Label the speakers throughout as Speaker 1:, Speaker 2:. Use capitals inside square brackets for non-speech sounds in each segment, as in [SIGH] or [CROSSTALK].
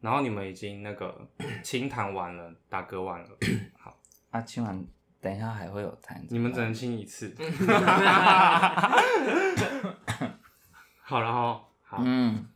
Speaker 1: 然后你们已经那个清谈完了，打嗝完了，好，
Speaker 2: 啊，清完等一下还会有痰，
Speaker 1: 你们只
Speaker 2: 怎么
Speaker 1: 能清一次。 [LAUGHS] 好了哈，好
Speaker 2: 办，嗯，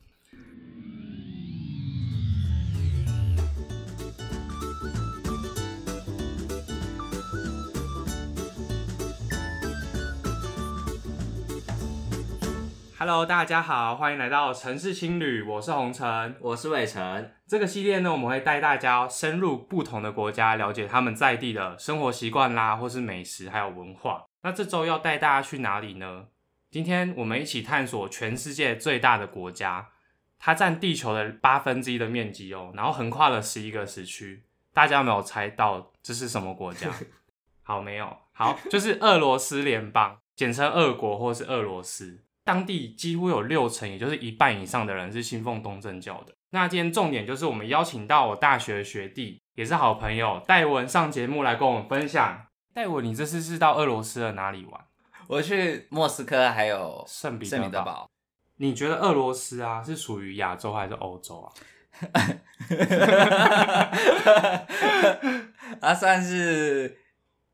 Speaker 1: ，Hello，大家好，欢迎来到城市青旅，我是红尘。
Speaker 3: 我是伟成，
Speaker 1: 这个系列呢，我们会带大家深入不同的国家，了解他们在地的生活习惯啦，或是美食，还有文化。那这周要带大家去哪里呢？今天我们一起探索全世界最大的国家，它占地球的八分之一的面积哦，然后横跨了十一个时区。大家有没有猜到这是什么国家？好，没有，好，就是俄罗斯联邦，简称俄国或是俄罗斯。当地几乎有六成，也就是一半以上的人是信奉东正教的。那今天重点就是我们邀请到我大学学弟，也是好朋友戴文上节目来跟我们分享。戴文，你这次是到俄罗斯的哪里玩？
Speaker 2: 我去莫斯科还有
Speaker 1: 圣彼得堡
Speaker 2: 圣彼得
Speaker 1: [LAUGHS]
Speaker 2: 堡，
Speaker 1: 你觉得俄罗斯啊是属于亚洲还是欧洲啊？
Speaker 2: 啊，算是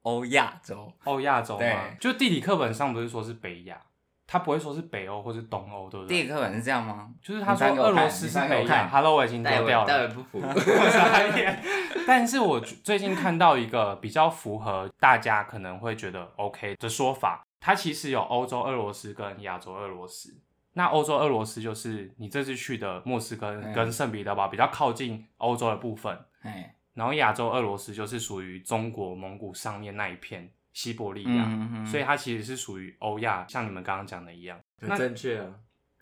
Speaker 2: 欧亚洲，
Speaker 1: 欧亚洲吗
Speaker 2: 对？
Speaker 1: 就地理课本上不是说是北亚，他不会说是北欧或是东欧，对不
Speaker 2: 地
Speaker 1: 对？
Speaker 2: 理课本是这样吗？
Speaker 1: 就是他
Speaker 2: 你
Speaker 1: 说
Speaker 2: 翻给我
Speaker 1: 俄
Speaker 2: 看
Speaker 1: 罗斯
Speaker 2: 你
Speaker 1: 是
Speaker 2: 翻给我
Speaker 1: 北亚
Speaker 2: 看
Speaker 1: ，Hello，我已经丢
Speaker 3: 戴
Speaker 1: 掉了。
Speaker 3: 文戴文不服，
Speaker 1: 傻眼 [LAUGHS] 但是我最近看到一个比较符合大家可能会觉得 OK 的说法，它其实有欧洲俄罗斯跟亚洲俄罗斯。那欧洲俄罗斯就是你这次去的莫斯科
Speaker 2: 嗯
Speaker 1: 跟圣彼得堡比较靠近欧洲的部分，
Speaker 2: 哎，
Speaker 1: 然后亚洲俄罗斯就是属于中国蒙古上面那一片西伯利亚，
Speaker 2: 嗯，
Speaker 1: 所以它其实是属于欧亚，像你们刚刚讲的一样。
Speaker 3: 很正确啊。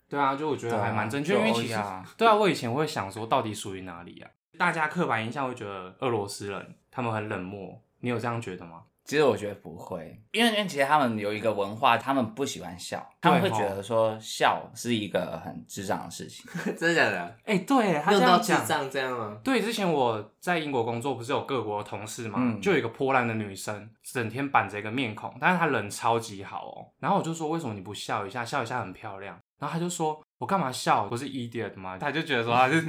Speaker 1: 对啊，就我觉
Speaker 2: 对
Speaker 1: 得
Speaker 2: 啊
Speaker 1: 还蛮正确，
Speaker 2: 就
Speaker 1: 因为
Speaker 2: 欧
Speaker 1: 其实
Speaker 2: 亚
Speaker 1: 对啊，我以前会想说到底属于哪里啊？大家刻板印象会觉得俄罗斯人他们很冷漠，你有这样觉得吗？
Speaker 2: 其实我觉得不会，因为因为其实他们有一个文化，他们不喜欢笑，他们会觉得说笑是一个很智障的事情。
Speaker 3: [LAUGHS] 真的假的？
Speaker 1: 哎、对他这
Speaker 3: 用到
Speaker 1: 样
Speaker 3: 智
Speaker 1: 讲，
Speaker 3: 障这样吗？
Speaker 1: 对，之前我在英国工作，不是有各国的同事嘛，
Speaker 2: 嗯
Speaker 1: 就有一个波兰的女生，整天板着一个面孔，但是她人超级好哦。然后我就说，为什么你不笑一下？笑一下很漂亮。然后她就说，我干嘛笑？不是 idiot 吗？她就觉得说，她是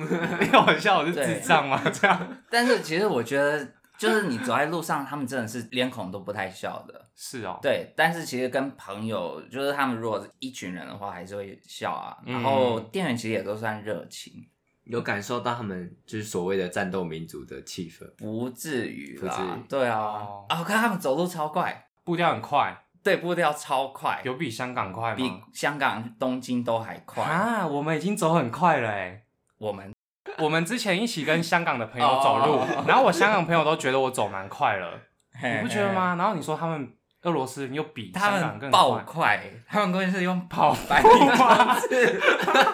Speaker 1: 要我笑，我是智
Speaker 2: 对
Speaker 1: 障吗？这样
Speaker 2: 但是其实我觉得，就是你走在路上，他们真的是脸孔都不太笑的。
Speaker 1: 是哦，
Speaker 2: 对，但是其实跟朋友，就是他们如果是一群人的话，还是会笑啊。
Speaker 1: 嗯
Speaker 2: 然后店员其实也都算热情，
Speaker 3: 有感受到他们就是所谓的战斗民族的气氛，
Speaker 2: 不至于
Speaker 3: 不至
Speaker 2: 啦
Speaker 3: 于。
Speaker 2: 对啊，
Speaker 1: 哦
Speaker 2: 啊，我看他们走路超快，
Speaker 1: 步调很快，
Speaker 2: 对，步调超快，
Speaker 1: 有比香港快吗？
Speaker 2: 比香港、东京都还快。
Speaker 1: 啊，我们已经走很快了哎。
Speaker 2: 我们
Speaker 1: 我们之前一起跟香港的朋友走路，然后我香港朋友都觉得我走蛮快了，你
Speaker 2: 你
Speaker 1: 不觉得？吗？然后你说他们俄罗斯人又比
Speaker 2: 他
Speaker 1: 香港
Speaker 2: 们
Speaker 1: 更
Speaker 2: 爆
Speaker 1: 快，
Speaker 2: 快，他们关键是用 [LAUGHS]
Speaker 1: 跑
Speaker 2: 跑百米
Speaker 1: 吗
Speaker 2: 冲刺。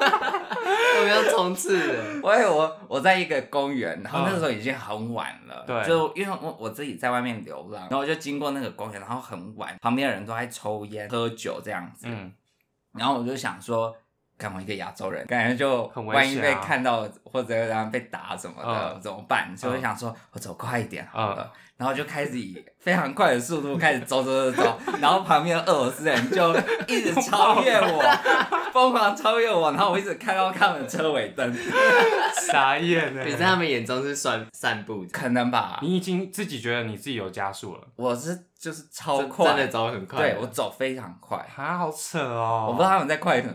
Speaker 3: [LAUGHS] 我们要冲刺 [LAUGHS] 的。
Speaker 2: [LAUGHS] 我有我我在一个公园，然后那时候已经很晚了，
Speaker 1: 嗯对
Speaker 2: 就因为我我自己在外面流浪，然后我就经过那个公园，然后很晚，旁边的人都在抽烟、喝酒这样子，
Speaker 1: [LAUGHS] 嗯，
Speaker 2: 然后我就想说。干我一个亚洲人，感觉就
Speaker 1: 很危
Speaker 2: 万一
Speaker 1: 险
Speaker 2: 被
Speaker 1: 啊
Speaker 2: 看到或者然后被打什么的、
Speaker 1: 嗯
Speaker 2: 怎么办？所以
Speaker 1: 嗯
Speaker 2: 我就想说，我走快一点好了，然后就开始以非常快的速度开始走走走走，然后旁边的俄罗斯人就一直超越我，疯狂超越我，然后我一直看到他们的车尾灯，
Speaker 1: [LAUGHS] 傻眼
Speaker 3: 你在
Speaker 1: 哎。
Speaker 3: 他们眼中是算散步，
Speaker 2: 可能吧，
Speaker 1: 你已经自己觉得你自己有加速了，
Speaker 2: 我是就是超
Speaker 3: 真
Speaker 2: 快，
Speaker 3: 真的走很快。
Speaker 2: 对我走非常快，
Speaker 1: 啊，好扯哦。
Speaker 2: 我不知道他们在快什么，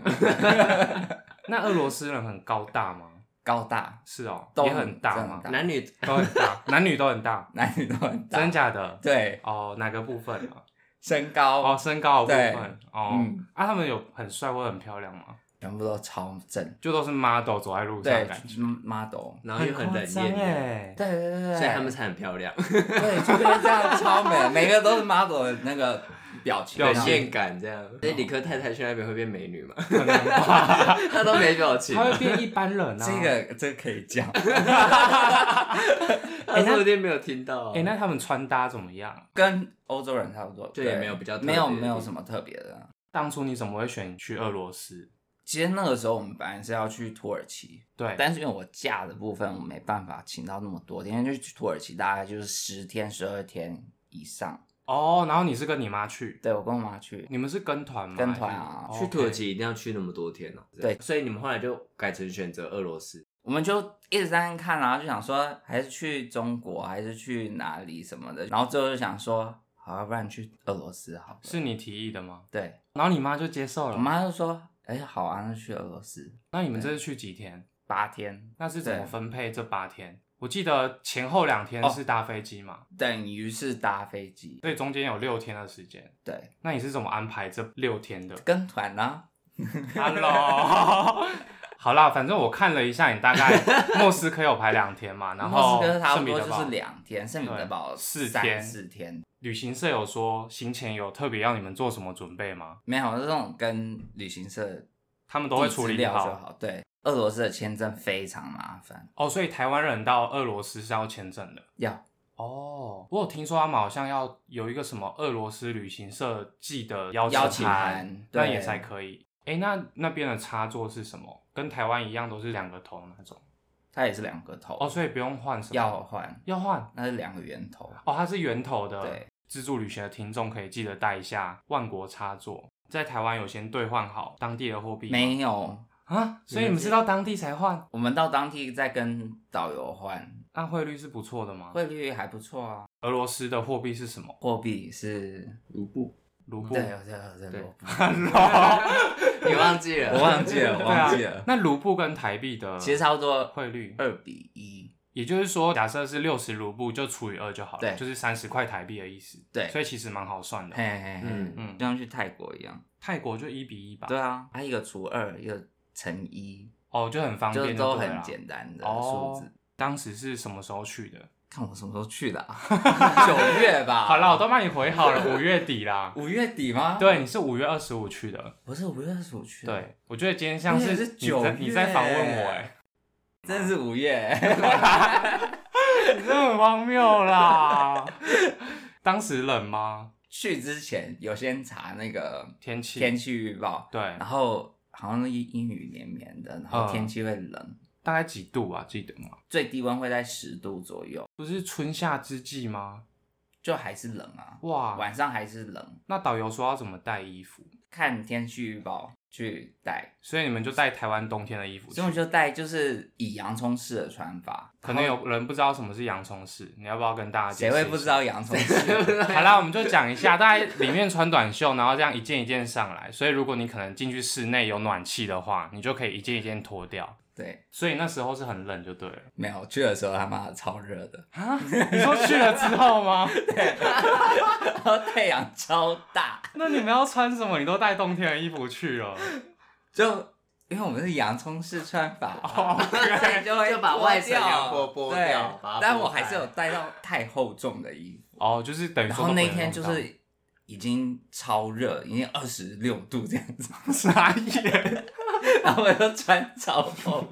Speaker 1: 那俄罗斯人很高大吗？
Speaker 2: 高
Speaker 3: [LAUGHS]
Speaker 2: 大，
Speaker 1: 是哦，
Speaker 2: 都
Speaker 1: 也很大
Speaker 2: 真的
Speaker 1: 吗
Speaker 2: 很？大
Speaker 3: 男女
Speaker 1: 都很大，男女都很大，
Speaker 2: 男女都很大，
Speaker 1: 真假的？
Speaker 2: 对，
Speaker 1: 哦，哪个部分啊？
Speaker 2: 身高、
Speaker 1: 哦，身高的部
Speaker 2: 对
Speaker 1: 分。哦
Speaker 2: 嗯，
Speaker 1: 啊，他们有很帅或很漂亮吗？
Speaker 2: 全部都超正，
Speaker 1: 就都是 model 走在路上的
Speaker 2: 对
Speaker 1: 感觉，
Speaker 2: 嗯，model，
Speaker 3: 然后又很冷
Speaker 1: 夸张
Speaker 3: 艳，
Speaker 1: 欸
Speaker 2: 对对对对，
Speaker 3: 所以他们才很漂亮，
Speaker 2: 对就是这样超
Speaker 3: [LAUGHS]
Speaker 2: 美，每个都是 model 的那个表情，
Speaker 1: 表
Speaker 3: 很
Speaker 1: 情
Speaker 3: 性感这样。所以理科太太去那边会变美女嘛？
Speaker 1: 可能吧，
Speaker 3: [LAUGHS] 她都没表情
Speaker 1: 他，会变一般人啊。
Speaker 2: 这，个这个可以讲，
Speaker 3: 她说不定没有听到啊。
Speaker 1: 哎，那他们穿搭怎么样？
Speaker 2: 跟欧洲人差不多，
Speaker 3: 就也没有比较特别
Speaker 2: 没
Speaker 3: 的
Speaker 2: 有
Speaker 3: 地方
Speaker 2: 没有什么特别的。
Speaker 1: 当初你怎么会选去俄罗斯？
Speaker 2: 其实那个时候我们本来是要去土耳其，
Speaker 1: 对，
Speaker 2: 但是因为我假的部分我没办法请到那么多天，因为就去土耳其大概就是十天、十二天以上。
Speaker 1: 哦，然后你是跟你妈去，
Speaker 2: 对我跟我妈去，
Speaker 1: 你们是跟团吗？
Speaker 2: 跟团啊
Speaker 1: 还是
Speaker 3: 去土耳，其一定要去那么多天哦、
Speaker 2: 对
Speaker 3: 所以你们后来就改成选择俄罗斯。
Speaker 2: 我们就一直在那看，然后就想说还是去中国，还是去哪里什么的，然后最后就想说，好，要不然去俄罗斯好了。
Speaker 1: 是你提议的吗？
Speaker 2: 对，
Speaker 1: 然后你妈就接受
Speaker 2: 我
Speaker 1: 了。
Speaker 2: 妈就说，哎、好啊，那去俄罗斯
Speaker 1: 那你们这是去几天？
Speaker 2: 八天，
Speaker 1: 那是怎么
Speaker 2: 对
Speaker 1: 分配这八天？我记得前后两天
Speaker 2: 哦
Speaker 1: 是搭飞机嘛，
Speaker 2: 等于是搭飞机，
Speaker 1: 所以中间有六天的时间。
Speaker 2: 对，
Speaker 1: 那你是怎么安排这六天的
Speaker 2: 跟团啊，
Speaker 1: ？Hello，好 [LAUGHS] 啦，反正我看了一下，你大概莫斯科有排两天嘛，然后
Speaker 2: [LAUGHS] 莫斯科差
Speaker 1: 圣
Speaker 2: 不
Speaker 1: 彼
Speaker 2: 多
Speaker 1: 得
Speaker 2: 就是
Speaker 1: 堡
Speaker 2: 两天，圣彼得堡
Speaker 1: 对四
Speaker 2: 三
Speaker 1: 天
Speaker 2: 四天，
Speaker 1: 旅行社有说行前有特别要你们做什么准备吗？
Speaker 2: 没有这种跟旅行社
Speaker 1: 他们都会
Speaker 2: 递
Speaker 1: 处
Speaker 2: 资
Speaker 1: 理
Speaker 2: 料就
Speaker 1: 好
Speaker 2: 好。对，俄罗斯的签证非常麻烦，
Speaker 1: 哦，所以台湾人到俄罗斯是要签证的。
Speaker 2: 要
Speaker 1: 哦，我有听说他们好像要有一个什么俄罗斯旅行社寄的邀
Speaker 2: 邀
Speaker 1: 请
Speaker 2: 请
Speaker 1: 函
Speaker 2: 函，
Speaker 1: 那
Speaker 2: 对
Speaker 1: 也才可以。哎、那那边的插座是什么？跟台湾一样都是两个头那种
Speaker 2: 它也是两个头，
Speaker 1: 哦，所以不用换什么，
Speaker 2: 要换，
Speaker 1: 要换
Speaker 2: 那是两个圆头。
Speaker 1: 哦，它是圆头的。
Speaker 2: 对，
Speaker 1: 自助旅行的听众可以记得带一下万国插座，在台湾有先兑换好当地的货币吗
Speaker 2: 没有，
Speaker 1: 啊，所以你们是到当地才换，
Speaker 2: 我们到当地再跟导游换，
Speaker 1: 那汇率是不错的吗？
Speaker 2: 汇率还不错啊。
Speaker 1: 俄罗斯的货币是什么？
Speaker 2: 货币是，
Speaker 3: 卢布
Speaker 1: 卢布。
Speaker 2: 对啊对对对，
Speaker 3: 对
Speaker 2: [LAUGHS]
Speaker 3: 你忘记了？
Speaker 2: 我忘记 [LAUGHS] 了，我忘记
Speaker 1: [LAUGHS] 对啊
Speaker 2: 了，。
Speaker 1: 那卢布跟台币的
Speaker 2: 其实差不多
Speaker 1: 汇率，
Speaker 2: 二比一，
Speaker 1: 也就是说，假设是六十卢布就除以二就好了，
Speaker 2: 对
Speaker 1: 就是三十块台币的意思。
Speaker 2: 对
Speaker 1: 所以其实蛮好算的
Speaker 2: 嘿。嘿嘿，
Speaker 3: 嗯
Speaker 1: 嗯
Speaker 2: 就，像去泰国一样。
Speaker 1: 泰国就一比一吧。
Speaker 2: 对啊，它一个除二，一个乘一，
Speaker 1: 哦，就很方便
Speaker 2: 就
Speaker 1: 就
Speaker 2: 都
Speaker 1: 对了
Speaker 2: 很简单的
Speaker 1: 哦
Speaker 2: 数字。
Speaker 1: 当时是什么时候去的？
Speaker 2: 看我什么时候去的、啊， [LAUGHS] 九月吧。
Speaker 1: 好啦，我，都帮你回好了，
Speaker 2: [LAUGHS]
Speaker 1: 五月底啦。
Speaker 2: 啊五月底吗？，
Speaker 1: 对，你是五月二十五去的。
Speaker 2: 我是五月二十五去的。，
Speaker 1: 对，我觉得今天像
Speaker 2: 我
Speaker 1: 是
Speaker 2: 也是
Speaker 1: 你
Speaker 2: 九
Speaker 1: 在
Speaker 2: 月
Speaker 1: 你在访问我哎、
Speaker 2: 真的是五月。 [LAUGHS]
Speaker 1: 你真的很荒谬啦。 [LAUGHS] 当时冷吗？
Speaker 2: 去之前有先查那个
Speaker 1: 天气？
Speaker 2: 天气预报，
Speaker 1: 对，
Speaker 2: 然后好像阴阴雨绵绵的，然后
Speaker 1: 嗯
Speaker 2: 天气会冷，
Speaker 1: 大概几度啊？记得吗？
Speaker 2: 最低温会在十度左右，
Speaker 1: 不是春夏之际吗？
Speaker 2: 就还是冷啊，
Speaker 1: 哇，
Speaker 2: 晚上还是冷，
Speaker 1: 那导游说要怎么带衣服，
Speaker 2: 看天气预报去带。
Speaker 1: 所以你们就带台湾冬天的衣服去
Speaker 2: 所以我就带就是以洋葱式的穿法，
Speaker 1: 可能有人不知道什么是洋葱式，你要不要跟大家解
Speaker 2: 谁
Speaker 1: 释？
Speaker 2: 会不知？道洋葱
Speaker 1: [LAUGHS]
Speaker 2: 式？
Speaker 1: 好啦，我们就讲一下，大概里面穿短袖，然后这样一件一件上来。所以如果你可能进去室内有暖气的话，你就可以一件一件脱掉。
Speaker 2: 对，
Speaker 1: 所以那时候是很冷就对了。
Speaker 2: 没有去的时候他妈的超热的，
Speaker 1: 你说去了之后吗？
Speaker 2: 然后太阳超大，
Speaker 1: [LAUGHS] 那你们要穿什么？你都带冬天的衣服去了。
Speaker 2: 就因为我们是洋葱式穿法，
Speaker 1: [LAUGHS] 哦
Speaker 2: 所 [LAUGHS] 以就会
Speaker 3: 就把外层
Speaker 2: 剥掉
Speaker 3: 洋货剥掉
Speaker 2: 对
Speaker 3: 把它
Speaker 2: 但
Speaker 3: 剥
Speaker 2: 我还是
Speaker 3: 开
Speaker 2: 有带到太厚重的衣
Speaker 1: [LAUGHS]
Speaker 2: 服，
Speaker 1: 哦，就是等于
Speaker 2: 然
Speaker 1: 说
Speaker 2: 后
Speaker 1: 都不能
Speaker 2: 那
Speaker 1: 用到。
Speaker 2: 天就是已经超热，已经二十六度这样子， [LAUGHS]
Speaker 1: [LAUGHS] 傻眼。
Speaker 2: 然后我就穿超
Speaker 3: [LAUGHS]
Speaker 2: 厚，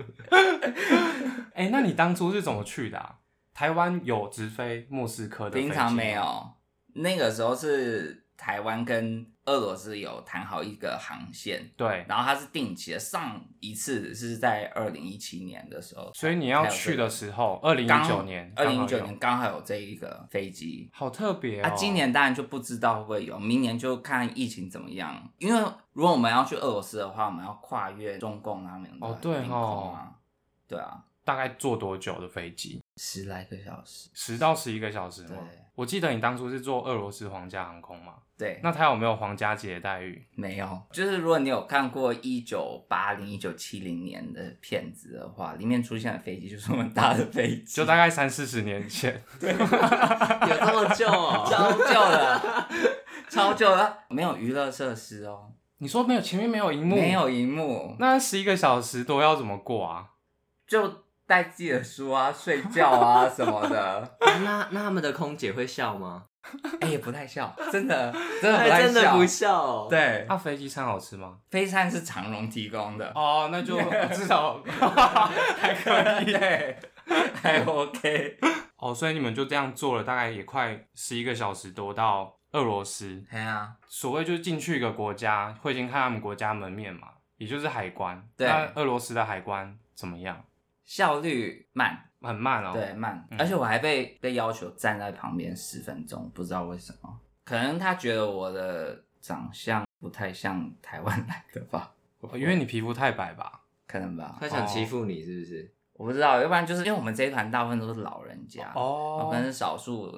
Speaker 1: 哎、那你当初是怎么去的、啊？台湾有直飞莫斯科的飞机
Speaker 2: 平
Speaker 1: 吗
Speaker 2: 常没。有，
Speaker 3: 啊
Speaker 2: 那个时候是台湾跟俄罗斯有谈好一个航线。
Speaker 1: 对，
Speaker 2: 然后它是定期的，上一次是在二零一七年的时候，
Speaker 1: 所以你要去的时候，二零一九年，
Speaker 2: 二零
Speaker 1: 刚
Speaker 2: 一九
Speaker 1: 好有
Speaker 2: 年，刚好有这一个飞机。
Speaker 1: 好特别哦。
Speaker 2: 啊，今年当然就不知道会不会有，明年就看疫情怎么样。因为如果我们要去俄罗斯的话，我们要跨越中共他们的
Speaker 1: 哦对
Speaker 2: 领空啊，对啊，
Speaker 1: 大概坐多久的飞机？
Speaker 2: 十来个小时，
Speaker 1: 十到十一个小时吗
Speaker 2: 对？
Speaker 1: 我记得你当初是坐俄罗斯皇家航空嘛？
Speaker 2: 对，
Speaker 1: 那它有没有皇家级的待遇？
Speaker 2: 没有，就是如果你有看过一九八零、一九七零年的片子的话，里面出现的飞机就是我们搭的飞机，
Speaker 1: 就大概三四十年
Speaker 2: [LAUGHS]
Speaker 1: 前，
Speaker 3: 有这么旧哦？
Speaker 2: 超旧了，超旧了，没有娱乐设施哦，
Speaker 1: 你说没有前面没有荧幕，
Speaker 2: 没，有荧幕，
Speaker 1: 那十一个小时多要怎么过啊？
Speaker 2: 就带自己的书啊、睡觉啊什么的。
Speaker 3: 那那他们的空姐会笑吗？
Speaker 2: [LAUGHS] 哎、也不太笑，真的，真的不
Speaker 3: 哎
Speaker 2: 太
Speaker 3: 真的
Speaker 2: 笑。
Speaker 3: 不笑哦。
Speaker 2: 对，
Speaker 1: 那啊飞机餐好吃吗？
Speaker 2: 飞餐是长荣提供的，
Speaker 1: 哦，那就 [LAUGHS] 至少还可以。
Speaker 2: [LAUGHS] 对，还 OK。
Speaker 1: 哦，所以你们就这样做了，大概也快十一个小时多到俄罗斯。
Speaker 2: 哎呀，
Speaker 1: 所谓就是进去一个国家，会先看他们国家门面嘛，也就是海关。
Speaker 2: 对
Speaker 1: 那俄罗斯的海关怎么样？
Speaker 2: 效率慢，
Speaker 1: 很慢哦。
Speaker 2: 对，慢，
Speaker 1: 嗯
Speaker 2: 而且我还被被要求站在旁边十分钟，不知道为什么，可能他觉得我的长相不太像台湾来的吧，
Speaker 1: 哦哦，因为你皮肤太白吧？
Speaker 2: 可能吧。
Speaker 4: 哦
Speaker 3: 他想欺负你是不是？
Speaker 2: 我不知道，要不然就是因为我们这一团大部分都是老人家，
Speaker 1: 哦
Speaker 2: 可能是少数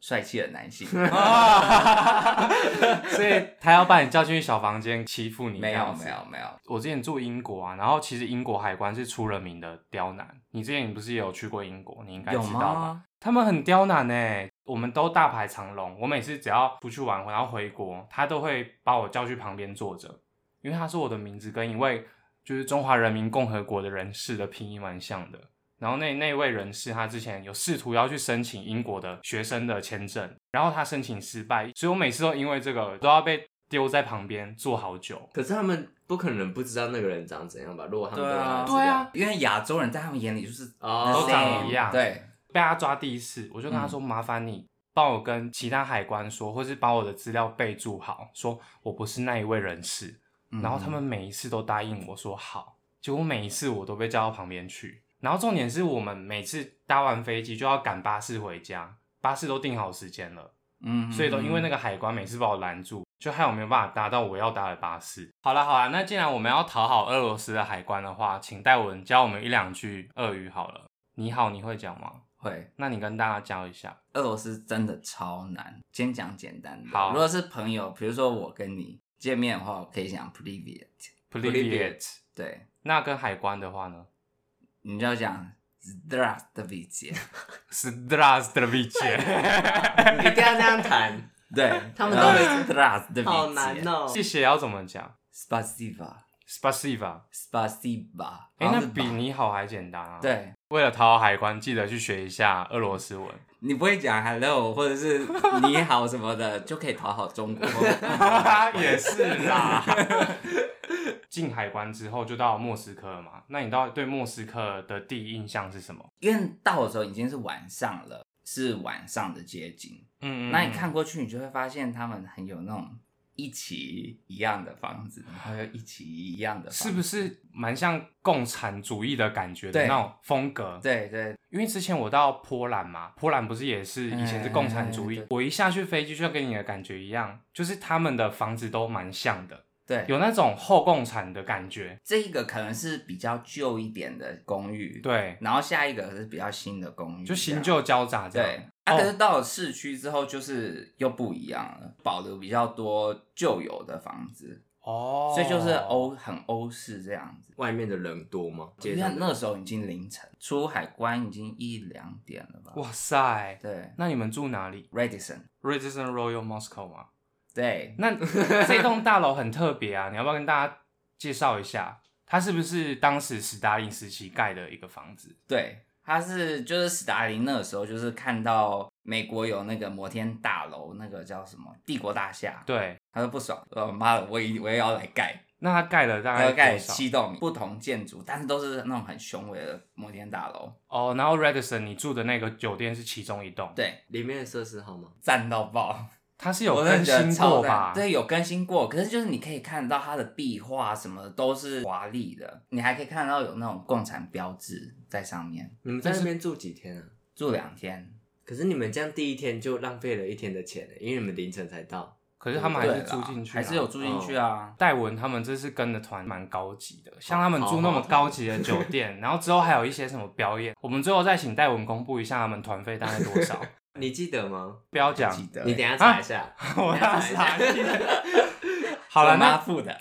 Speaker 2: 帅气的
Speaker 1: [LAUGHS]
Speaker 2: 男性。
Speaker 1: 啊， [LAUGHS] 所以他要把你叫进去小房间欺负你，
Speaker 2: [LAUGHS] 没
Speaker 1: 这
Speaker 2: 有
Speaker 1: 样子
Speaker 2: 没有。没有，
Speaker 1: 我之前住英国啊，然后其实英国海关是出了名的刁难。你之前你不是也有去过英国，你应该
Speaker 2: 有
Speaker 1: 知道吧？
Speaker 2: 吗？
Speaker 1: 他们很刁难呢、我们都大排长龙。我每次只要出去玩，然后回国，他都会把我叫去旁边坐着，因为他说我的名字跟一位就是中华人民共和国的人士的拼音蛮像的。然后那那位人士他之前有试图要去申请英国的学生的签证，然后他申请失败，所以我每次都因为这个都要被丢在旁边坐好久。
Speaker 3: 可是他们不可能不知道那个人长怎样吧？如果他们
Speaker 2: 对啊
Speaker 3: 都有他的资料，
Speaker 2: 因为亚洲人在他们眼里就是
Speaker 3: 哦
Speaker 2: the
Speaker 1: 都长
Speaker 2: same，
Speaker 1: 一样
Speaker 2: 对，嗯
Speaker 1: 被他抓第一次，我就跟他说：“麻烦你帮我跟其他海关说，或是把我的资料备注好，说我不是那一位人士。”
Speaker 2: 嗯
Speaker 1: 然后他们每一次都答应我说好，结果每一次我都被叫到旁边去。然后重点是我们每次搭完飞机就要赶巴士回家，巴士都定好时间了，
Speaker 2: 嗯，
Speaker 1: 所以都因为那
Speaker 2: 个
Speaker 1: 个海关每次把我拦住，就害我没有办法搭到我要搭的巴士。好啦好啦，那既然我们要讨好俄罗斯的海关的话，请戴文教我们一两句俄语好了。你好，你会讲吗？
Speaker 2: 会。
Speaker 1: 那你跟大家教一下。
Speaker 2: 俄罗斯真的超难，先讲简单的。
Speaker 1: 好
Speaker 2: 如果是朋友，比如说我跟你见面的话，我可以讲 p r i v i a t
Speaker 1: Privet。
Speaker 2: 对，
Speaker 1: 那跟海关的话呢
Speaker 2: 你就要讲 zdravstvite，
Speaker 1: s t r a s t r v i c
Speaker 3: 一定要这样谈。
Speaker 2: [LAUGHS] 对，
Speaker 4: 他们
Speaker 2: 然后
Speaker 4: 都 [LAUGHS]
Speaker 2: zdravstvite，
Speaker 4: 好难哦、
Speaker 1: [LAUGHS] 谢谢要怎么讲
Speaker 2: Спасибо，Спасибо，
Speaker 1: ？Spasiba。哎、
Speaker 2: 好像
Speaker 1: 那
Speaker 2: 是吧
Speaker 1: 比你好还简单啊！，
Speaker 2: 对，
Speaker 1: 为了讨好海关，记得去学一下俄罗斯文。
Speaker 2: 你不会讲 hello 或者是
Speaker 1: [LAUGHS]
Speaker 2: 你好什么的，就可以讨好中国。
Speaker 1: [LAUGHS] 也是啦。进海关之后就到莫斯科了嘛？那你到底对莫斯科的第一印象是什么？
Speaker 2: 因为到的时候已经是晚上了，是晚上的街景。
Speaker 1: 嗯
Speaker 2: 那你看过去，你就会发现他们很有那种一起一样的房子，还有一起一样的房子，
Speaker 1: 是不？是蛮像共产主义的感觉的
Speaker 2: 对
Speaker 1: 那种风格？
Speaker 2: 对对，
Speaker 1: 因为之前我到波兰嘛，波兰不是也是以前是共产主义，
Speaker 2: 哎对
Speaker 1: 我一下去飞机就跟你的感觉一样，就是他们的房子都蛮像的，
Speaker 2: 对，
Speaker 1: 有那种后共产的感觉。
Speaker 2: 这一个可能是比较旧一点的公寓，，
Speaker 1: 对，
Speaker 2: 然后下一个是比较新的公寓，
Speaker 1: 就新
Speaker 2: 这
Speaker 1: 旧
Speaker 2: 样
Speaker 1: 交杂这样。
Speaker 2: 对。啊，
Speaker 1: 哦
Speaker 2: 可是到了市区之后，就是又不一样了，保留比较多旧有的房子，
Speaker 1: 哦
Speaker 2: 所以就是欧很欧式这样子。
Speaker 3: 外面的人多吗？
Speaker 2: 因
Speaker 3: 街
Speaker 2: 为
Speaker 3: 上的
Speaker 2: 那时候已经凌晨，出海关已经一两点了吧？
Speaker 1: 哇塞，
Speaker 2: 对
Speaker 1: 那你们住哪里
Speaker 2: ，Radisson，
Speaker 1: ？Radisson Royal Moscow 吗？
Speaker 2: 对， [LAUGHS]
Speaker 1: 那这栋大楼很特别啊，你要不要跟大家介绍一下？它是不是当时斯大林时期盖的一个房子？
Speaker 2: 对，他是就是斯大林那个时候就是看到美国有那个摩天大楼，那个叫什么帝国大厦，
Speaker 1: 对，
Speaker 2: 他说不爽，呃妈的，我也我也要来盖，
Speaker 1: 那它盖了大概
Speaker 2: 他要盖
Speaker 1: 多少
Speaker 2: 七栋不同建筑，但是都是那种很雄伟的摩天大楼，
Speaker 1: 哦，然后 Radisson 你住的那个酒店是其中一栋，
Speaker 2: 对，
Speaker 3: 里面的设施好吗？
Speaker 2: 赞到爆，
Speaker 1: 它是有
Speaker 2: 我真
Speaker 1: 更
Speaker 2: 的觉得
Speaker 1: 新
Speaker 2: 超
Speaker 1: 过
Speaker 2: 赞
Speaker 1: 吧？
Speaker 2: 对，有更新过，可是就是你可以看到它的壁画什么的都是华丽的，你还可以看到有那种共产标志在上面，
Speaker 3: 你们在那边住几天啊？
Speaker 2: 住两天。
Speaker 3: 可是你们这样第一天就浪费了一天的钱了，欸因为你们凌晨才到。
Speaker 1: 可是他们还是
Speaker 2: 对啦
Speaker 1: 住进去、哦
Speaker 2: 还是有。住进去啊。
Speaker 1: 戴文他们这次跟的团蛮高级
Speaker 2: 哦
Speaker 1: 的，像他们
Speaker 3: 好
Speaker 1: 住那
Speaker 3: 好
Speaker 1: 么
Speaker 3: 好
Speaker 1: 高级的酒店， [LAUGHS] 然后之后还有一些什么表演，我们最后再请戴文公布一下他们团费大概多少，
Speaker 2: [LAUGHS]
Speaker 3: 你记得吗？
Speaker 1: 不要讲，
Speaker 2: 记得
Speaker 3: 你等一下查一下。
Speaker 1: 啊我要傻眼好了，
Speaker 2: 我妈
Speaker 1: 那
Speaker 2: 付的，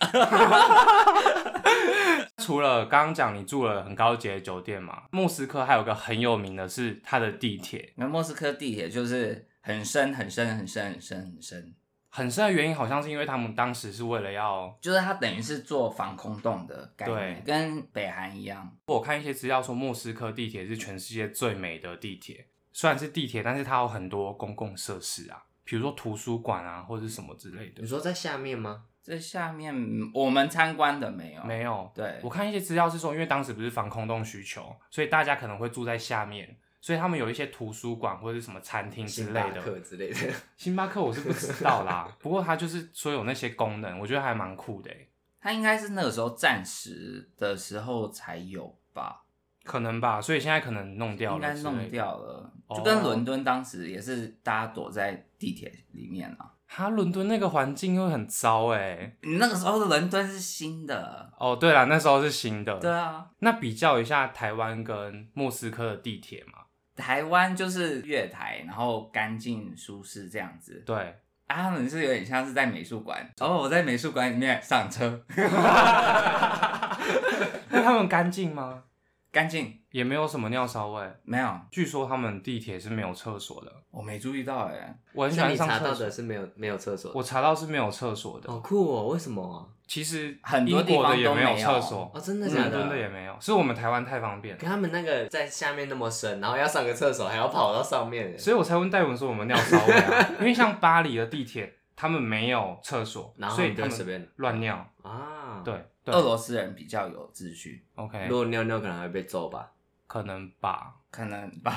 Speaker 2: [LAUGHS]
Speaker 1: 除了刚刚讲你住了很高级的酒店嘛，莫斯科还有个很有名的是它的地铁，
Speaker 2: 那莫斯科地铁就是很深很深很深很深很深，
Speaker 1: 很深的原因好像是因为他们当时是为了要
Speaker 2: 就是它等于是做防空洞的概
Speaker 1: 对
Speaker 2: 念，跟北韩一样。
Speaker 1: 我看一些资料说，莫斯科地铁是全世界最美的地铁。虽然是地铁，但是它有很多公共设施啊，比如说图书馆啊，或者是什么之类的
Speaker 3: [LAUGHS] 你。说在下面吗？
Speaker 2: 这下面嗯我们参观的没有，
Speaker 1: 没有，
Speaker 2: 对
Speaker 1: 我看一些资料是说，因为当时不是防空洞需求，所以大家可能会住在下面，所以他们有一些图书馆或者是什么餐厅嗯之
Speaker 3: 星
Speaker 1: 类
Speaker 3: 巴
Speaker 1: 的。
Speaker 3: 克之类的。
Speaker 1: 星巴克我是不知道啦，不过它就是说有那些功能，我觉得还蛮酷的欸、
Speaker 2: 它应该是那个时候暂时的时候才有吧，
Speaker 1: 可能吧。所以现在可能弄掉
Speaker 2: 应
Speaker 1: 了
Speaker 2: 该
Speaker 1: 之类的，
Speaker 2: 弄掉了，
Speaker 1: 哦
Speaker 2: 就跟伦敦当时也是大家躲在地铁里面啊。
Speaker 1: 哈，伦敦那个环境会很糟哎、
Speaker 2: 你那个时候的伦敦是新的，
Speaker 1: 哦，对了，那时候是新的。
Speaker 2: 对啊，
Speaker 1: 那比较一下台湾跟莫斯科的地铁嘛。
Speaker 2: 台湾就是月台，然后干净舒适这样子。
Speaker 1: 对，
Speaker 2: 啊，他们是有点像是在美术馆，然后我在美术馆里面上车， [LAUGHS]
Speaker 1: 那他们干净吗？
Speaker 2: 干净
Speaker 1: [LAUGHS] 也没有什么尿骚味。
Speaker 2: 没有，
Speaker 1: 据说他们地铁是没有厕所的。
Speaker 2: 我没注意到哎、
Speaker 1: 我很喜
Speaker 3: 那
Speaker 1: 欢
Speaker 3: 你
Speaker 1: 上
Speaker 3: 查
Speaker 1: 厕
Speaker 3: 到的
Speaker 1: 所，
Speaker 3: 是没有没有厕所的，
Speaker 1: 我查到是没有厕所的。
Speaker 3: 好酷哦！为什么啊？
Speaker 1: 其实
Speaker 2: 很多
Speaker 1: 英
Speaker 2: 地
Speaker 1: 国
Speaker 2: 方
Speaker 1: 的也
Speaker 2: 都
Speaker 1: 没
Speaker 2: 没有
Speaker 1: 厕所
Speaker 3: 哦，，真的假
Speaker 1: 伦
Speaker 2: 嗯
Speaker 1: 敦的也没有，是我们台湾太方便了
Speaker 3: 可。他们那个在下面那么深，然后要上个厕所还要跑到上面耶，
Speaker 1: 所以我才问戴文说我们尿骚味
Speaker 3: [LAUGHS]
Speaker 1: 啊，因为像巴黎的地铁，他们没有厕所
Speaker 3: 然，后
Speaker 1: 所以
Speaker 3: 你就
Speaker 1: 他
Speaker 3: 随
Speaker 1: 们
Speaker 3: 便
Speaker 1: 乱尿。
Speaker 3: 啊。，
Speaker 1: 对对
Speaker 2: 俄罗斯人比较有秩序，
Speaker 1: ，OK，
Speaker 3: 如果尿尿可能还会被揍吧。
Speaker 1: 可能吧。
Speaker 2: 可能吧，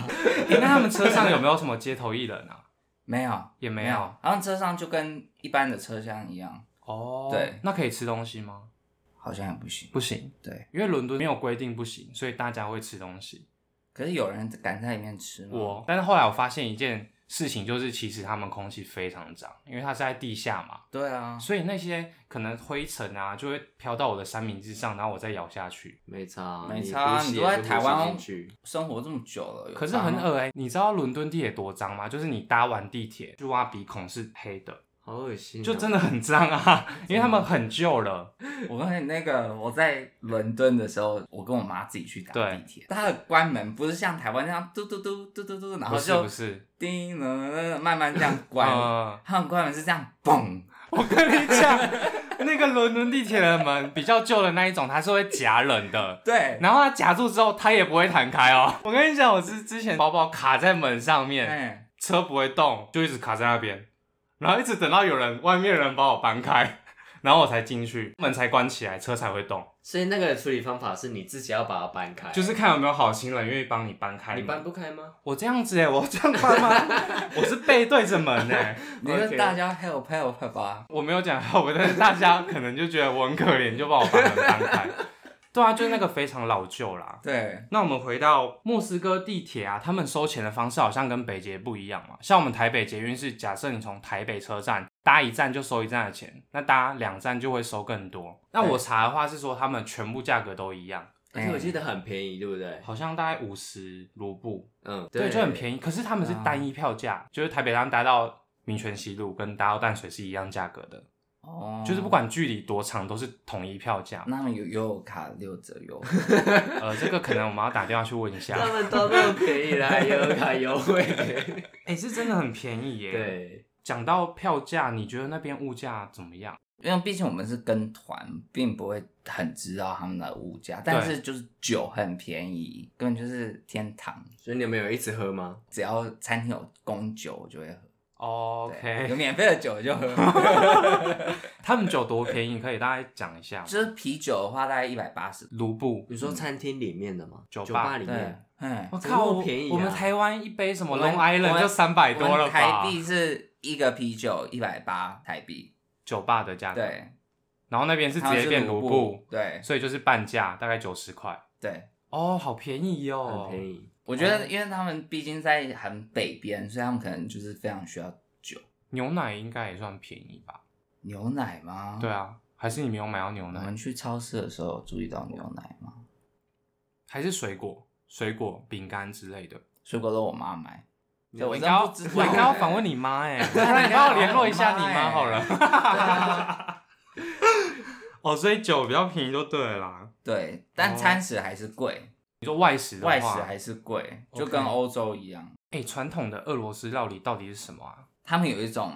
Speaker 1: 欸那他们车上有没有什么街头艺人啊？ [LAUGHS]
Speaker 2: 没有
Speaker 1: 也没
Speaker 2: 没有
Speaker 1: 有，
Speaker 2: 好像车上就跟一般的车厢一样，
Speaker 1: 哦
Speaker 2: 对，
Speaker 1: 那可以吃东西吗？
Speaker 2: 好像也不行。
Speaker 1: 不行，
Speaker 2: 对，
Speaker 1: 因为伦敦没有规定不行，所以大家会吃东西。
Speaker 2: 可是有人敢在里面
Speaker 3: 嗯
Speaker 2: 吃吗？
Speaker 1: 我，但是后来我发现一件事情，就是其实他们空气非常脏，因为它是在地下嘛，
Speaker 2: 对啊，
Speaker 1: 所以那些可能灰尘啊，就会飘到我的三明治上，然后我再咬下去。
Speaker 3: 没差，
Speaker 2: 没差
Speaker 3: 你
Speaker 2: 你都在台湾
Speaker 3: 去，
Speaker 1: 哦
Speaker 2: 生活这么久了，有
Speaker 1: 可是很
Speaker 2: 脏吗啊
Speaker 1: 恶哎、你知道伦敦地铁多脏吗？就是你搭完地铁，就挖鼻孔是黑的，
Speaker 3: 好恶心哦，
Speaker 1: 就真的很脏
Speaker 2: [LAUGHS]
Speaker 1: 啊，因为他们很旧了。
Speaker 2: 我跟你那个我在伦敦的时候，我跟我妈自己去搭
Speaker 1: 对
Speaker 2: 地铁，它的关门不是像台湾那样嘟嘟嘟嘟嘟嘟，然后
Speaker 1: 不是
Speaker 2: 就
Speaker 1: 不是，
Speaker 2: 叮呃慢慢这样关，
Speaker 1: 呃， [LAUGHS]
Speaker 2: 他们关门是这样嘣，
Speaker 1: 我跟你讲，那个伦敦地铁的门比较旧的那一种，它是会夹人的。
Speaker 2: 对，
Speaker 1: 然后它夹住之后，它也不会弹开哦。 [LAUGHS] 我跟你讲，我之之前包包卡在门上面，
Speaker 2: 哎，
Speaker 1: 车不会动，就一直卡在那边，然后一直等到有人外面的人把我搬开，然后我才进去，门才关起来，车才会动。
Speaker 3: 所以那个处理方法是你自己要把它搬开，
Speaker 1: 就是看有没有好心人愿意帮你搬开
Speaker 3: 你
Speaker 1: 门。
Speaker 3: 搬不开吗？
Speaker 1: 我这样子哎、我这样搬吗？我是背对着门哎、
Speaker 3: [LAUGHS]
Speaker 2: 你就
Speaker 3: OK
Speaker 2: 大家啊 help help 吧，
Speaker 1: 我没有讲我但是大家可能就觉得我很可怜，就把我把门搬开。对啊，就是那个非常老旧啦。
Speaker 2: 对，
Speaker 1: 那我们回到莫斯科地铁啊，他们收钱的方式好像跟北捷不一样嘛。像我们台北捷运是，假设你从台北车站搭一站就收一站的钱，那搭两站就会收更多。那我查的话是说，他们全部价格都一样，
Speaker 3: 而且我记得很便宜，对不对？
Speaker 1: 好像大概五十卢布，
Speaker 3: 嗯，
Speaker 1: 对，就很
Speaker 3: 宜。
Speaker 1: 便宜。可是他们是
Speaker 2: 啊
Speaker 1: 单一票价，就是台北站搭到民权西路跟搭到淡水是一样价格的。
Speaker 2: 哦，。
Speaker 1: 就是不，管距离多长都是统一票价
Speaker 2: [LAUGHS] 那他们有有卡六折有，
Speaker 1: 呃，这个可能我们要打电话去问一下。
Speaker 3: 他们都那么便宜啦，有卡优惠。
Speaker 1: [LAUGHS] 哎、是真的很便宜耶。，
Speaker 3: 对，
Speaker 1: 讲到票价，你觉得那边物价怎么样？
Speaker 2: [LAUGHS] 因为毕竟我们是跟团，并不会很知道他们的物价，但
Speaker 1: 对
Speaker 2: 是就是酒很便宜，根本就是天堂。
Speaker 3: 所以你们有一直喝吗？
Speaker 2: 只要餐厅有供酒，我就会喝。对有
Speaker 1: OK，
Speaker 2: 免费的酒我
Speaker 1: [LAUGHS]
Speaker 2: 就喝。
Speaker 1: 他们酒多便宜？可以大概讲一下吗。
Speaker 2: 就是啤酒的话，大概一百八十。
Speaker 1: 卢布，
Speaker 3: 你说餐厅里面的吗？
Speaker 1: 酒吧
Speaker 3: 吧里
Speaker 2: 对
Speaker 3: 面，，
Speaker 2: 嗯，
Speaker 1: 我
Speaker 3: 怎么那
Speaker 1: 靠，
Speaker 3: 么
Speaker 1: 我
Speaker 3: 便宜啊
Speaker 1: 我们台湾一杯什么
Speaker 2: 我
Speaker 1: Long
Speaker 2: 们
Speaker 1: Island 就三百多
Speaker 2: 我
Speaker 1: 了
Speaker 2: 们台
Speaker 1: 吧？
Speaker 2: 币是一个啤酒一百八台币，
Speaker 1: 酒吧的价格，，
Speaker 2: 对，
Speaker 1: 然后那边是直
Speaker 2: 它
Speaker 1: 接变
Speaker 2: 卢
Speaker 1: 卢
Speaker 2: 布，，对
Speaker 1: 所以就是半价，大概九十块。
Speaker 2: 对。
Speaker 1: 哦，好便宜哦，
Speaker 3: 很便宜。
Speaker 2: 我觉
Speaker 1: 哎
Speaker 2: 得，因为他们毕竟在很北边，所以他们可能就是非常需要酒。
Speaker 1: 牛奶应该也算便宜吧？
Speaker 2: 牛奶吗？
Speaker 1: 对。啊，还是你没有买到牛
Speaker 2: 我
Speaker 1: 奶？
Speaker 2: 们去超市的时候有注意到牛奶吗？
Speaker 1: 还是水果、水果、饼干之类的。
Speaker 2: 水果都我妈买，对
Speaker 1: 我
Speaker 2: 我
Speaker 1: 应
Speaker 2: 真
Speaker 1: 该
Speaker 2: 的
Speaker 1: 要，
Speaker 2: 不知道
Speaker 1: 我应该要访问你妈
Speaker 2: [LAUGHS]
Speaker 1: 哎、欸，不然你帮我联络一下你妈好了。
Speaker 2: 啊
Speaker 1: [LAUGHS] 哦，所以酒比较便宜就对了啦。
Speaker 2: 对，
Speaker 1: 哦
Speaker 2: 但餐食还是贵，
Speaker 1: 你说外食的话，
Speaker 2: 外食还是贵，就跟
Speaker 1: OK
Speaker 2: 欧洲一样。
Speaker 1: 哎，传、统的俄罗斯料理到底是什么啊？
Speaker 2: 他们有一种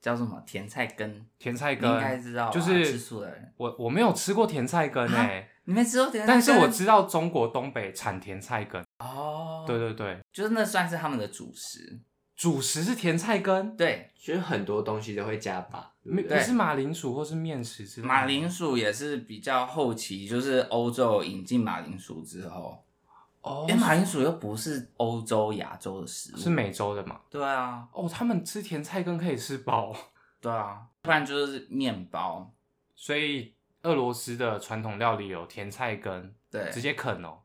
Speaker 2: 叫什么甜菜根，
Speaker 1: 甜菜
Speaker 2: 你
Speaker 1: 根，
Speaker 2: 应该知道吧，啊
Speaker 1: 就是
Speaker 2: 吃素的人。
Speaker 1: 我我没有吃过甜菜根哎、
Speaker 2: 你没吃过甜菜
Speaker 1: 但
Speaker 2: 根？
Speaker 1: 是我知道中国东北产甜菜根。
Speaker 2: 哦，
Speaker 1: 对，对对，
Speaker 2: 就是那算是他们的主食。
Speaker 1: 主食是甜菜根，
Speaker 2: 对，
Speaker 3: 其实很多东西都会加吧，对
Speaker 1: 没
Speaker 3: 不
Speaker 1: 不
Speaker 3: 对
Speaker 1: 是马铃薯或是面食之类的吗。
Speaker 2: 马铃薯也是比较后期，就是欧洲引进马铃薯之后，
Speaker 1: 哦
Speaker 2: 因为哎马铃薯又不是欧洲、亚洲的食物，
Speaker 1: 是美洲的嘛？
Speaker 2: 对啊，
Speaker 1: 哦，他们吃甜菜根可以吃饱。 [LAUGHS]
Speaker 2: 对啊，不然就是面包，
Speaker 1: 所以俄罗斯的传统料理有甜菜根，
Speaker 2: 对
Speaker 1: 直接啃哦、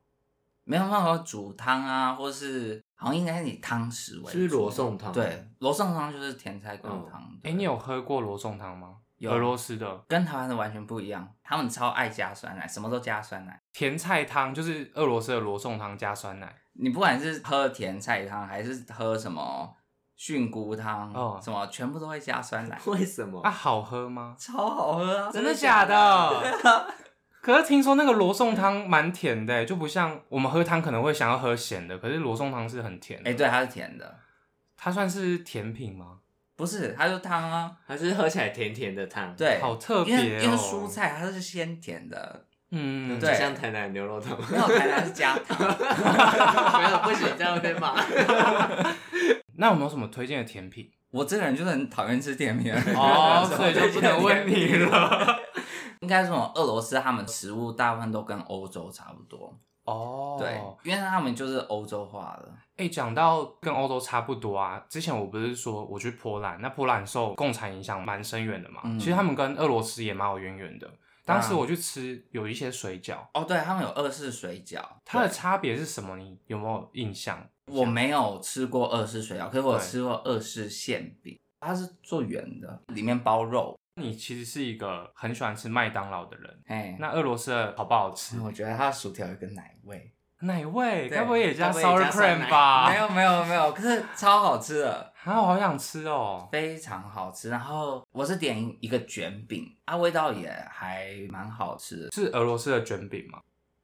Speaker 2: 没有办法煮汤啊，或是好像应该以汤食为主。
Speaker 3: 是不是罗宋汤？
Speaker 2: 对，罗宋汤就是甜菜根
Speaker 3: 嗯
Speaker 2: 汤。
Speaker 1: 哎、
Speaker 2: 对
Speaker 1: 啊你有喝过罗宋汤吗？
Speaker 2: 有
Speaker 1: 俄罗斯的
Speaker 2: 跟台湾的完全不一样，他们超爱加酸奶，什么都加酸奶。
Speaker 1: 甜菜汤就是俄罗斯的罗宋汤加酸奶，
Speaker 2: 你不管是喝甜菜汤，还是喝什么菌菇汤，
Speaker 1: 哦
Speaker 2: 什么全部都会加酸奶，
Speaker 3: [LAUGHS] 为什么
Speaker 1: 啊，？好喝吗？
Speaker 2: 超好喝啊！
Speaker 1: 真的假
Speaker 2: [LAUGHS]
Speaker 1: 的？可是听说那个罗宋汤蛮甜的欸，就不像我们喝汤可能会想要喝咸的，可是罗宋汤是很甜的。
Speaker 2: 哎、对，它是甜的，
Speaker 1: 它算是甜品吗？
Speaker 2: 不是，它就汤啊。
Speaker 3: 还是喝起来甜甜的汤？，
Speaker 2: 对，
Speaker 1: 好特别
Speaker 2: 因
Speaker 1: 哦、
Speaker 2: 为因为蔬菜它是先甜的，
Speaker 1: 嗯，
Speaker 2: 对
Speaker 3: 像台南牛肉汤。
Speaker 2: 没有台南是加糖。
Speaker 3: [LAUGHS] 没有，不行，这样被骂。
Speaker 1: 那有没有什么推荐的甜品？
Speaker 2: [LAUGHS] 我这个人就是很讨厌吃甜 [LAUGHS] 品
Speaker 1: [LAUGHS] 哦，所以就不能问你。了。 [LAUGHS]
Speaker 2: 应该说，俄罗斯他们食物大部分都跟欧洲差不多，
Speaker 1: 哦，
Speaker 2: 对，因为他们就是欧洲化的。
Speaker 1: 哎、讲到跟欧洲差不多啊，之前我不是说我去波兰，那波兰受共产影响蛮深远的嘛，
Speaker 2: 嗯
Speaker 1: 其实他们跟俄罗斯也蛮有渊源的。当时
Speaker 2: 啊
Speaker 1: 我去吃有一些水饺，
Speaker 2: 哦，对，他们有俄式水饺，
Speaker 1: 它的差别是什么？你有没有印象？
Speaker 2: 我没有吃过俄式水饺，可是我有
Speaker 1: 对
Speaker 2: 吃过俄式馅饼，它是做圆的，里面包肉。
Speaker 1: 你其实是一个很喜欢吃麦当劳的人，
Speaker 2: 哎，
Speaker 1: 那俄罗斯的好不好吃？
Speaker 2: 我觉得它的薯条有一个奶味，
Speaker 1: 奶味，
Speaker 2: 对
Speaker 1: 该不会也加
Speaker 3: 该不会
Speaker 1: sour
Speaker 3: 也加酸
Speaker 1: cream
Speaker 3: 奶
Speaker 1: 吧？
Speaker 2: 没有没有没有，可是超好吃的，
Speaker 1: 啊，我好想吃哦。
Speaker 2: 非常好吃。然后我是点一个卷饼，啊，味道也还蛮好吃的，
Speaker 1: 是俄罗斯的卷饼吗？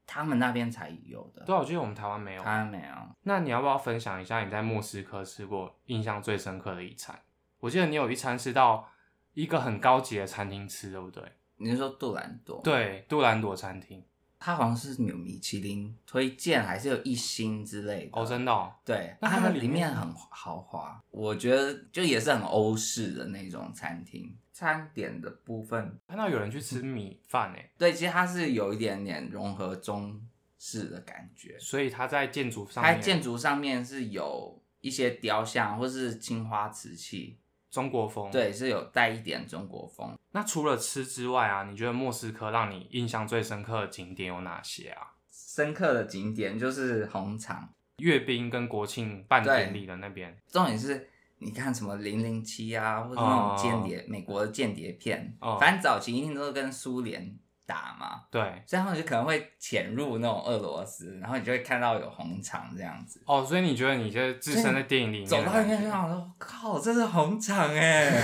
Speaker 2: 他们那边才有的，
Speaker 1: 对啊，我记得我们台湾没有。
Speaker 2: 台湾没有。
Speaker 1: 那你要不要分享一下你在莫斯科吃过印象最深刻的一餐？我记得你有一餐是到一个很高级的餐厅吃，对不对？
Speaker 2: 你是说杜兰朵？，
Speaker 1: 对，杜兰朵餐厅。
Speaker 2: 它好像是有米其林推荐，还是有一星之类的。
Speaker 1: 哦，真的、哦。
Speaker 2: 对，啊
Speaker 1: 那它
Speaker 2: 它的
Speaker 1: 里
Speaker 2: 里
Speaker 1: 面
Speaker 2: 面很豪华，我觉得就也是很欧式的那种餐厅。餐点的部分，
Speaker 1: 看到有人去吃米饭欸诶，
Speaker 2: 对，其实它是有一点点融合中式的感觉。
Speaker 1: 所以他在建筑上
Speaker 2: 它
Speaker 1: 面，
Speaker 2: 建筑上面是有一些雕像或是青花瓷器，
Speaker 1: 中国风。。
Speaker 2: 对，是有带一点中国风。
Speaker 1: 那除了吃之外啊，你觉得莫斯科让你印象最深刻的景点有哪些啊？
Speaker 2: 深刻的景点就是红场，
Speaker 1: 阅兵跟国庆办
Speaker 2: 对
Speaker 1: 典礼的那边。
Speaker 2: 重点是你看什么零零七啊，或者那种间谍、美国的间谍片，
Speaker 1: 哦
Speaker 2: 反正早期一定都是跟苏联打嘛。
Speaker 1: 对。
Speaker 2: 所以他们就可能会潜入那种俄罗斯，然后你就会看到有红场这样子。
Speaker 1: 哦，所以你觉得你就是置身在电影里面的
Speaker 2: 走
Speaker 1: 感觉？
Speaker 2: 到一边就想说，靠，这是红场
Speaker 1: [LAUGHS]
Speaker 2: 哎！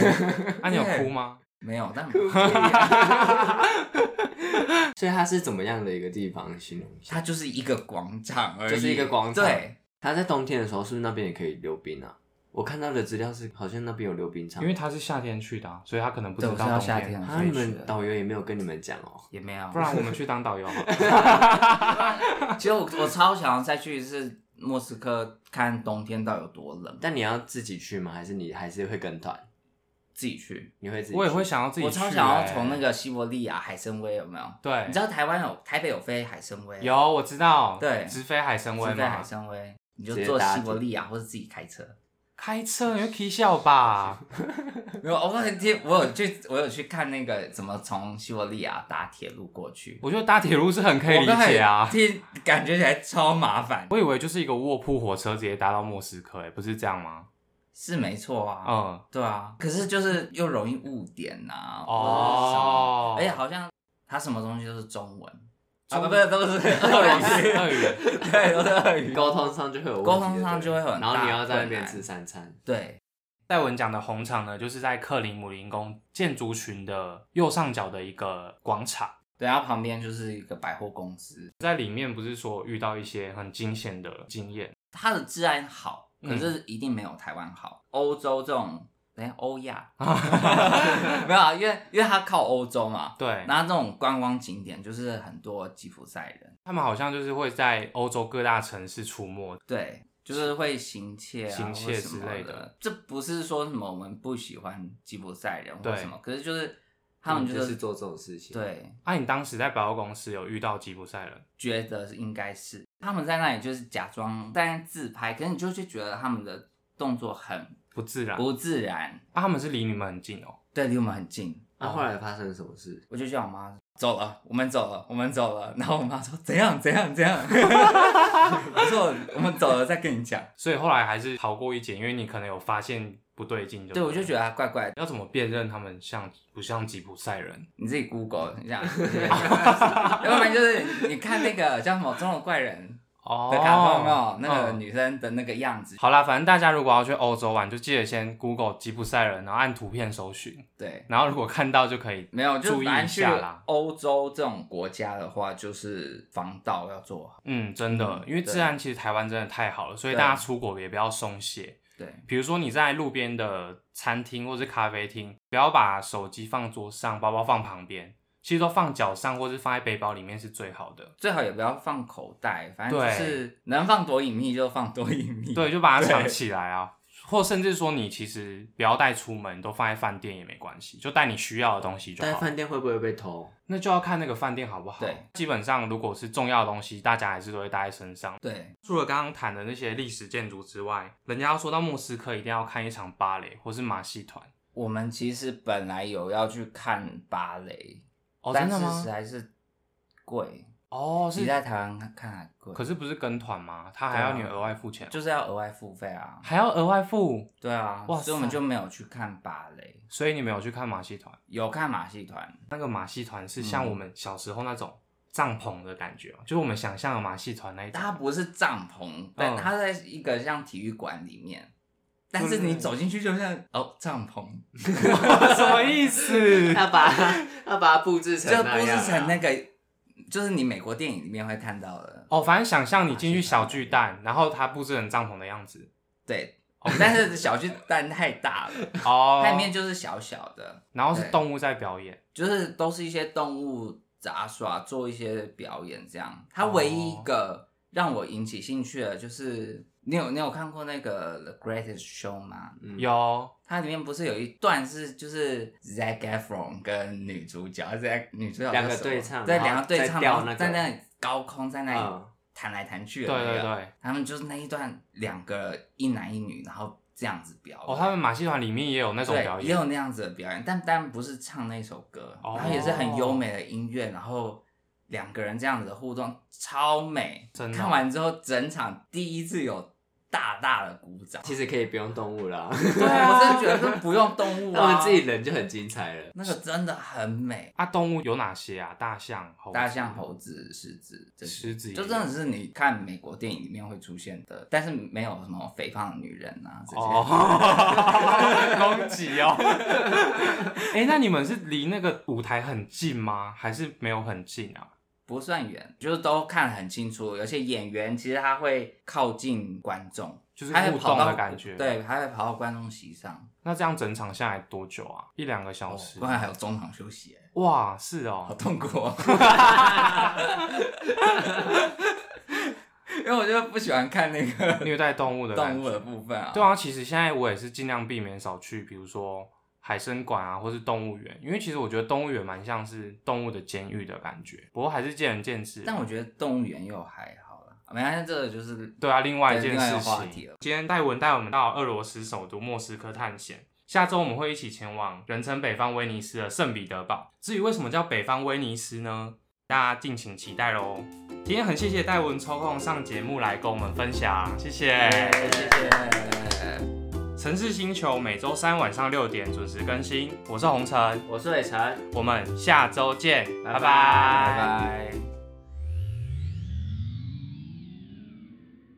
Speaker 1: 那、啊你有哭吗？
Speaker 2: 没有，但
Speaker 3: [LAUGHS] 所以它是怎么样的一个地方？你形容一
Speaker 2: 它
Speaker 3: 下。
Speaker 2: 就是一个广场而已，
Speaker 3: 就是一个广场
Speaker 2: 对，
Speaker 3: 它在冬天的时候，是不是那边也可以溜冰啊？我看到的资料是，好像那边有溜冰场。
Speaker 1: 因为他是夏天去的啊、所以他可能不知道
Speaker 2: 对，我知
Speaker 1: 冬
Speaker 2: 道夏天了，
Speaker 3: 啊，
Speaker 2: 所以
Speaker 3: 你
Speaker 2: 去
Speaker 3: 们
Speaker 2: 了
Speaker 3: 导游也没有跟你们讲哦。
Speaker 2: 也没有。
Speaker 1: 不然我们去当导游好了。
Speaker 2: 其实我我超想要再去一次莫斯科，看冬天到底有多冷，
Speaker 3: 但你要自己去吗？还是你还是会跟团？
Speaker 2: 自己去。
Speaker 3: 你会自己去？
Speaker 1: [LAUGHS] 我也会想要自己
Speaker 2: 我
Speaker 1: 去、
Speaker 2: 超想要
Speaker 1: 欸
Speaker 2: 从那个西伯利亚海参崴有没有？
Speaker 1: 对，
Speaker 2: 你知道台湾有台北有飞海参崴啊，
Speaker 1: 有我知道，
Speaker 2: 对
Speaker 1: 直飞海参崴
Speaker 2: 是在
Speaker 1: 嘛
Speaker 2: 海，参崴，你就
Speaker 3: 直接
Speaker 2: 坐
Speaker 3: 搭
Speaker 2: 西伯
Speaker 3: 地
Speaker 2: 利亚或者自己开车。
Speaker 1: 开车你会 k 笑吧？
Speaker 2: 没有，我很听，我有去，我有去看那个怎么从西伯利亚搭铁路过去，
Speaker 1: 我觉得搭铁路是很可以理解啊。
Speaker 2: 听感觉起来超麻烦，
Speaker 1: 我以为就是一个卧铺火车直接搭到莫斯科、欸，不是这样吗？
Speaker 2: 是没错啊， [LAUGHS]
Speaker 1: 嗯，
Speaker 2: 对啊，可是就是又容易误点呐、啊，
Speaker 1: 哦
Speaker 2: 或者是什么而且哎好像它什么东西都是中文，啊
Speaker 1: 中
Speaker 2: 不是都是
Speaker 1: 俄
Speaker 2: 俄
Speaker 1: 罗
Speaker 2: 语
Speaker 1: 斯，俄语，
Speaker 2: [LAUGHS] 对，都是俄
Speaker 3: [LAUGHS]
Speaker 2: 语，
Speaker 3: 沟通上就会有问题
Speaker 2: 沟通上就会有
Speaker 3: 对不
Speaker 2: 很大
Speaker 3: 对然后你要在那
Speaker 2: 困
Speaker 3: 边
Speaker 2: 难
Speaker 3: 吃三餐，
Speaker 2: 对，
Speaker 1: 戴文讲的红场呢，就是在克林姆林宫建筑群的右上角的一个广场，
Speaker 2: 对，然后旁边就是一个百货公司，
Speaker 1: 在里面不是说遇到一些很惊险的经验，
Speaker 2: 它的治安好，可
Speaker 1: 嗯
Speaker 2: 是一定没有台湾好。欧、洲这种，哎，欧亚
Speaker 1: 啊
Speaker 2: [LAUGHS] 没有啊，因为因为它靠欧洲嘛，
Speaker 1: 对，
Speaker 2: 那这种观光景点就是很多吉普赛人，
Speaker 1: 他们好像就是会在欧洲各大城市出没，
Speaker 2: 对，就是会行窃啊
Speaker 1: 行窃
Speaker 2: 或什么
Speaker 1: 之类
Speaker 2: 的
Speaker 1: 的。
Speaker 2: 这不是说什么我们不喜欢吉普赛人或
Speaker 1: 对
Speaker 2: 什么，可是就是他们
Speaker 3: 就是是做这种事情。，
Speaker 2: 对，
Speaker 1: 啊，你当时在百货公司有遇到吉普赛人？
Speaker 2: 觉得应该是他们在那里就是假装在那自拍，可是你就会觉得他们的动作很
Speaker 1: 不自然，
Speaker 2: 不自然，
Speaker 1: 啊，他们是离你们很近哦、
Speaker 2: 对，离我们很近。
Speaker 3: 那、后来发生什么事？
Speaker 2: 我就叫我妈走了，我们走了，我们走了。然后我妈说怎样怎样怎样， [LAUGHS] 我说我们走了再跟你讲。
Speaker 1: 所以后来还是逃过一劫，因为你可能有发现不对劲就
Speaker 2: 对，我就觉
Speaker 1: 得
Speaker 2: 得她怪怪的，
Speaker 1: 要怎么辨认他们像不像吉普赛人？
Speaker 2: 你自己 Google [LAUGHS] 一下，要不然就是你看那个叫什么《中国怪人
Speaker 1: 哦》
Speaker 2: 的卡通有没有？那个
Speaker 1: 嗯
Speaker 2: 女生的那个样子，
Speaker 1: 好啦，反正大家如果要去欧洲玩，就记得先 Google 吉普赛人，然后按图片搜寻，
Speaker 2: 对，
Speaker 1: 然后如果看到就可以
Speaker 2: 没有，就
Speaker 1: 注意
Speaker 2: 反
Speaker 1: 一
Speaker 2: 正去
Speaker 1: 下啦。
Speaker 2: 欧洲这种国家的话，就是防盗要做好。
Speaker 1: 嗯，真的
Speaker 2: 嗯，
Speaker 1: 因为治
Speaker 2: 对
Speaker 1: 安其实台湾真的太好了，所以
Speaker 2: 对
Speaker 1: 大家出国也不要松懈。
Speaker 2: 对，
Speaker 1: 比如说你在路边的餐厅或是咖啡厅，不要把手机放桌上，包包放旁边，其实都放脚上或是放在背包里面是最好的。
Speaker 2: 最好也不要放口袋，反正就
Speaker 1: 对
Speaker 2: 是能放多隐秘就放多隐秘。
Speaker 1: 对，就把它藏起来啊，或甚至说你其实不要带出门，都放在饭店也没关系，就带你需要的东西就
Speaker 3: 在
Speaker 1: 好。
Speaker 3: 饭店会不会被偷？
Speaker 1: 那就要看那个饭店好不好。
Speaker 2: 对，
Speaker 1: 基本上如果是重要的东西，大家还是都会带在身上。
Speaker 2: 对，
Speaker 1: 除了刚刚谈的那些历史建筑之外，人家说到莫斯科一定要看一场芭蕾或是马戏团。
Speaker 2: 我们其实本来有要去看芭蕾，
Speaker 1: 哦，
Speaker 2: 但
Speaker 1: 真的
Speaker 2: 是
Speaker 1: 吗
Speaker 2: 实？在是贵。
Speaker 1: 哦，
Speaker 2: 你
Speaker 1: 是。
Speaker 2: 在台湾看看还贵，
Speaker 1: 可是不是跟团吗？他还
Speaker 2: 对啊
Speaker 1: 要你额外付钱，哦
Speaker 2: 就是要额外付费啊。
Speaker 1: 还要额外付，
Speaker 2: 对啊，
Speaker 1: 哇
Speaker 2: 所以我们
Speaker 1: 塞
Speaker 2: 就没有去看芭蕾，
Speaker 1: 所以你没有去看马戏团。
Speaker 2: 有看马戏团。
Speaker 1: 那个马戏团是
Speaker 2: 嗯
Speaker 1: 像我们小时候那种帐篷的感觉吗，哦就是我们想象的马戏团那一种。
Speaker 2: 它不是帐篷，但
Speaker 1: 嗯
Speaker 2: 它在一个像体育馆里面，但是
Speaker 1: 嗯
Speaker 2: 你走进去就像哦帐篷，
Speaker 1: [LAUGHS] 什么意思？
Speaker 2: [LAUGHS]
Speaker 3: [LAUGHS] 要把它要把它布置成
Speaker 2: 就
Speaker 3: 那
Speaker 2: 布
Speaker 3: 样啊
Speaker 2: 置成那个，就是你美国电影里面会看到的。
Speaker 1: 哦，反正想象你进去小巨蛋，然后它布置成帐篷的样
Speaker 2: [LAUGHS]
Speaker 1: 子。
Speaker 2: 对，但是小 [LAUGHS] 巨蛋太大了，
Speaker 1: 哦，
Speaker 2: 它里面就是小小的，
Speaker 1: 然后是
Speaker 2: 对
Speaker 1: 动物在表演。
Speaker 2: 就是都是一些动物杂耍，做一些表演这样。它唯一
Speaker 3: 哦
Speaker 2: 一个让我引起兴趣的，就是你有你有看过那个《The Greatest Show》吗？
Speaker 3: 嗯
Speaker 1: 有
Speaker 2: 它里面不是有一段是就是 Zac Efron 跟女主角，Zac 女主角叫
Speaker 3: 两个
Speaker 2: 什么
Speaker 3: 对唱
Speaker 2: 对
Speaker 3: 然后
Speaker 2: 两个对
Speaker 3: 在
Speaker 2: 唱，
Speaker 3: 吊
Speaker 2: 然后
Speaker 3: 那个
Speaker 2: 在那里高空在那里
Speaker 3: 嗯
Speaker 2: 弹来弹去
Speaker 1: 对
Speaker 2: 的那
Speaker 1: 对
Speaker 2: 个。
Speaker 1: 对。
Speaker 2: 他们就是那一段两个一男一女，然后这样子表演。
Speaker 1: 哦，他们马戏团里面也有那种表
Speaker 2: 对，也
Speaker 1: 演。
Speaker 2: 有那样子的表演，但但不是唱那首歌，
Speaker 1: 哦
Speaker 2: 然后也是很优美的音乐，然后两个人这样子的互动超美。
Speaker 1: 真的
Speaker 2: 看完之后，整场第一次有大大的鼓掌。
Speaker 3: 其实可以不用动物啦，
Speaker 2: 对啊，我真的觉得这不用动物
Speaker 3: 他
Speaker 1: [LAUGHS]
Speaker 2: 啊，
Speaker 3: 们自己人就很精彩了。
Speaker 2: 那个真的很美。
Speaker 1: 啊，动物有哪些啊？大象、猴子、
Speaker 2: 大象、猴子、狮子，这些
Speaker 1: 狮子也有
Speaker 2: 就真的是你看美国电影里面会出现的，但是没有什么肥胖的女人啊这
Speaker 1: [LAUGHS]
Speaker 2: 些。
Speaker 1: 哦，攻击哦。哎、那你们是离那个舞台很近吗？还是没有很近啊？
Speaker 2: 不算远，就是都看得很清楚。有些演员其实他会靠近观众，
Speaker 1: 就是
Speaker 2: 他会
Speaker 1: 互
Speaker 2: 跑
Speaker 1: 动
Speaker 2: 到
Speaker 1: 的感觉。。
Speaker 2: 对，他会跑到观众席上，
Speaker 1: 那这样整场下来多久啊？一两个小时。
Speaker 2: 不然还有中场休息，哎
Speaker 1: 哇，是
Speaker 2: 好
Speaker 1: 哦。
Speaker 2: 痛苦、哦。 [LAUGHS] 因为我就不喜欢看那个
Speaker 1: 虐待动物的感
Speaker 2: 动
Speaker 1: 觉
Speaker 2: 物的部分啊。
Speaker 1: 对啊，其实现在我也是尽量避免少去，比如说海参馆啊，或是动物园，因为其实我觉得动物园蛮像是动物的监狱的感觉，不过还是见仁见智。
Speaker 2: 但我觉得动物园又还好啦，没关系，这个就是
Speaker 1: 对啊，另外一
Speaker 2: 对
Speaker 1: 件
Speaker 2: 另外一
Speaker 1: 事
Speaker 2: 个话
Speaker 1: 情
Speaker 2: 题了，
Speaker 1: 今天戴文带我们到俄罗斯首都莫斯科探险。下周我们会一起前往人称北方威尼斯的圣彼得堡。至于为什么叫北方威尼斯呢？大家敬请期待喽。今天很谢谢戴文抽空上节目来跟我们分享，谢谢。
Speaker 2: 谢谢。
Speaker 1: 城市星球每周三晚上六点准时更新，我是红尘，
Speaker 3: 我是伟成。
Speaker 1: 我们下周见，拜拜
Speaker 3: 拜
Speaker 2: 拜拜。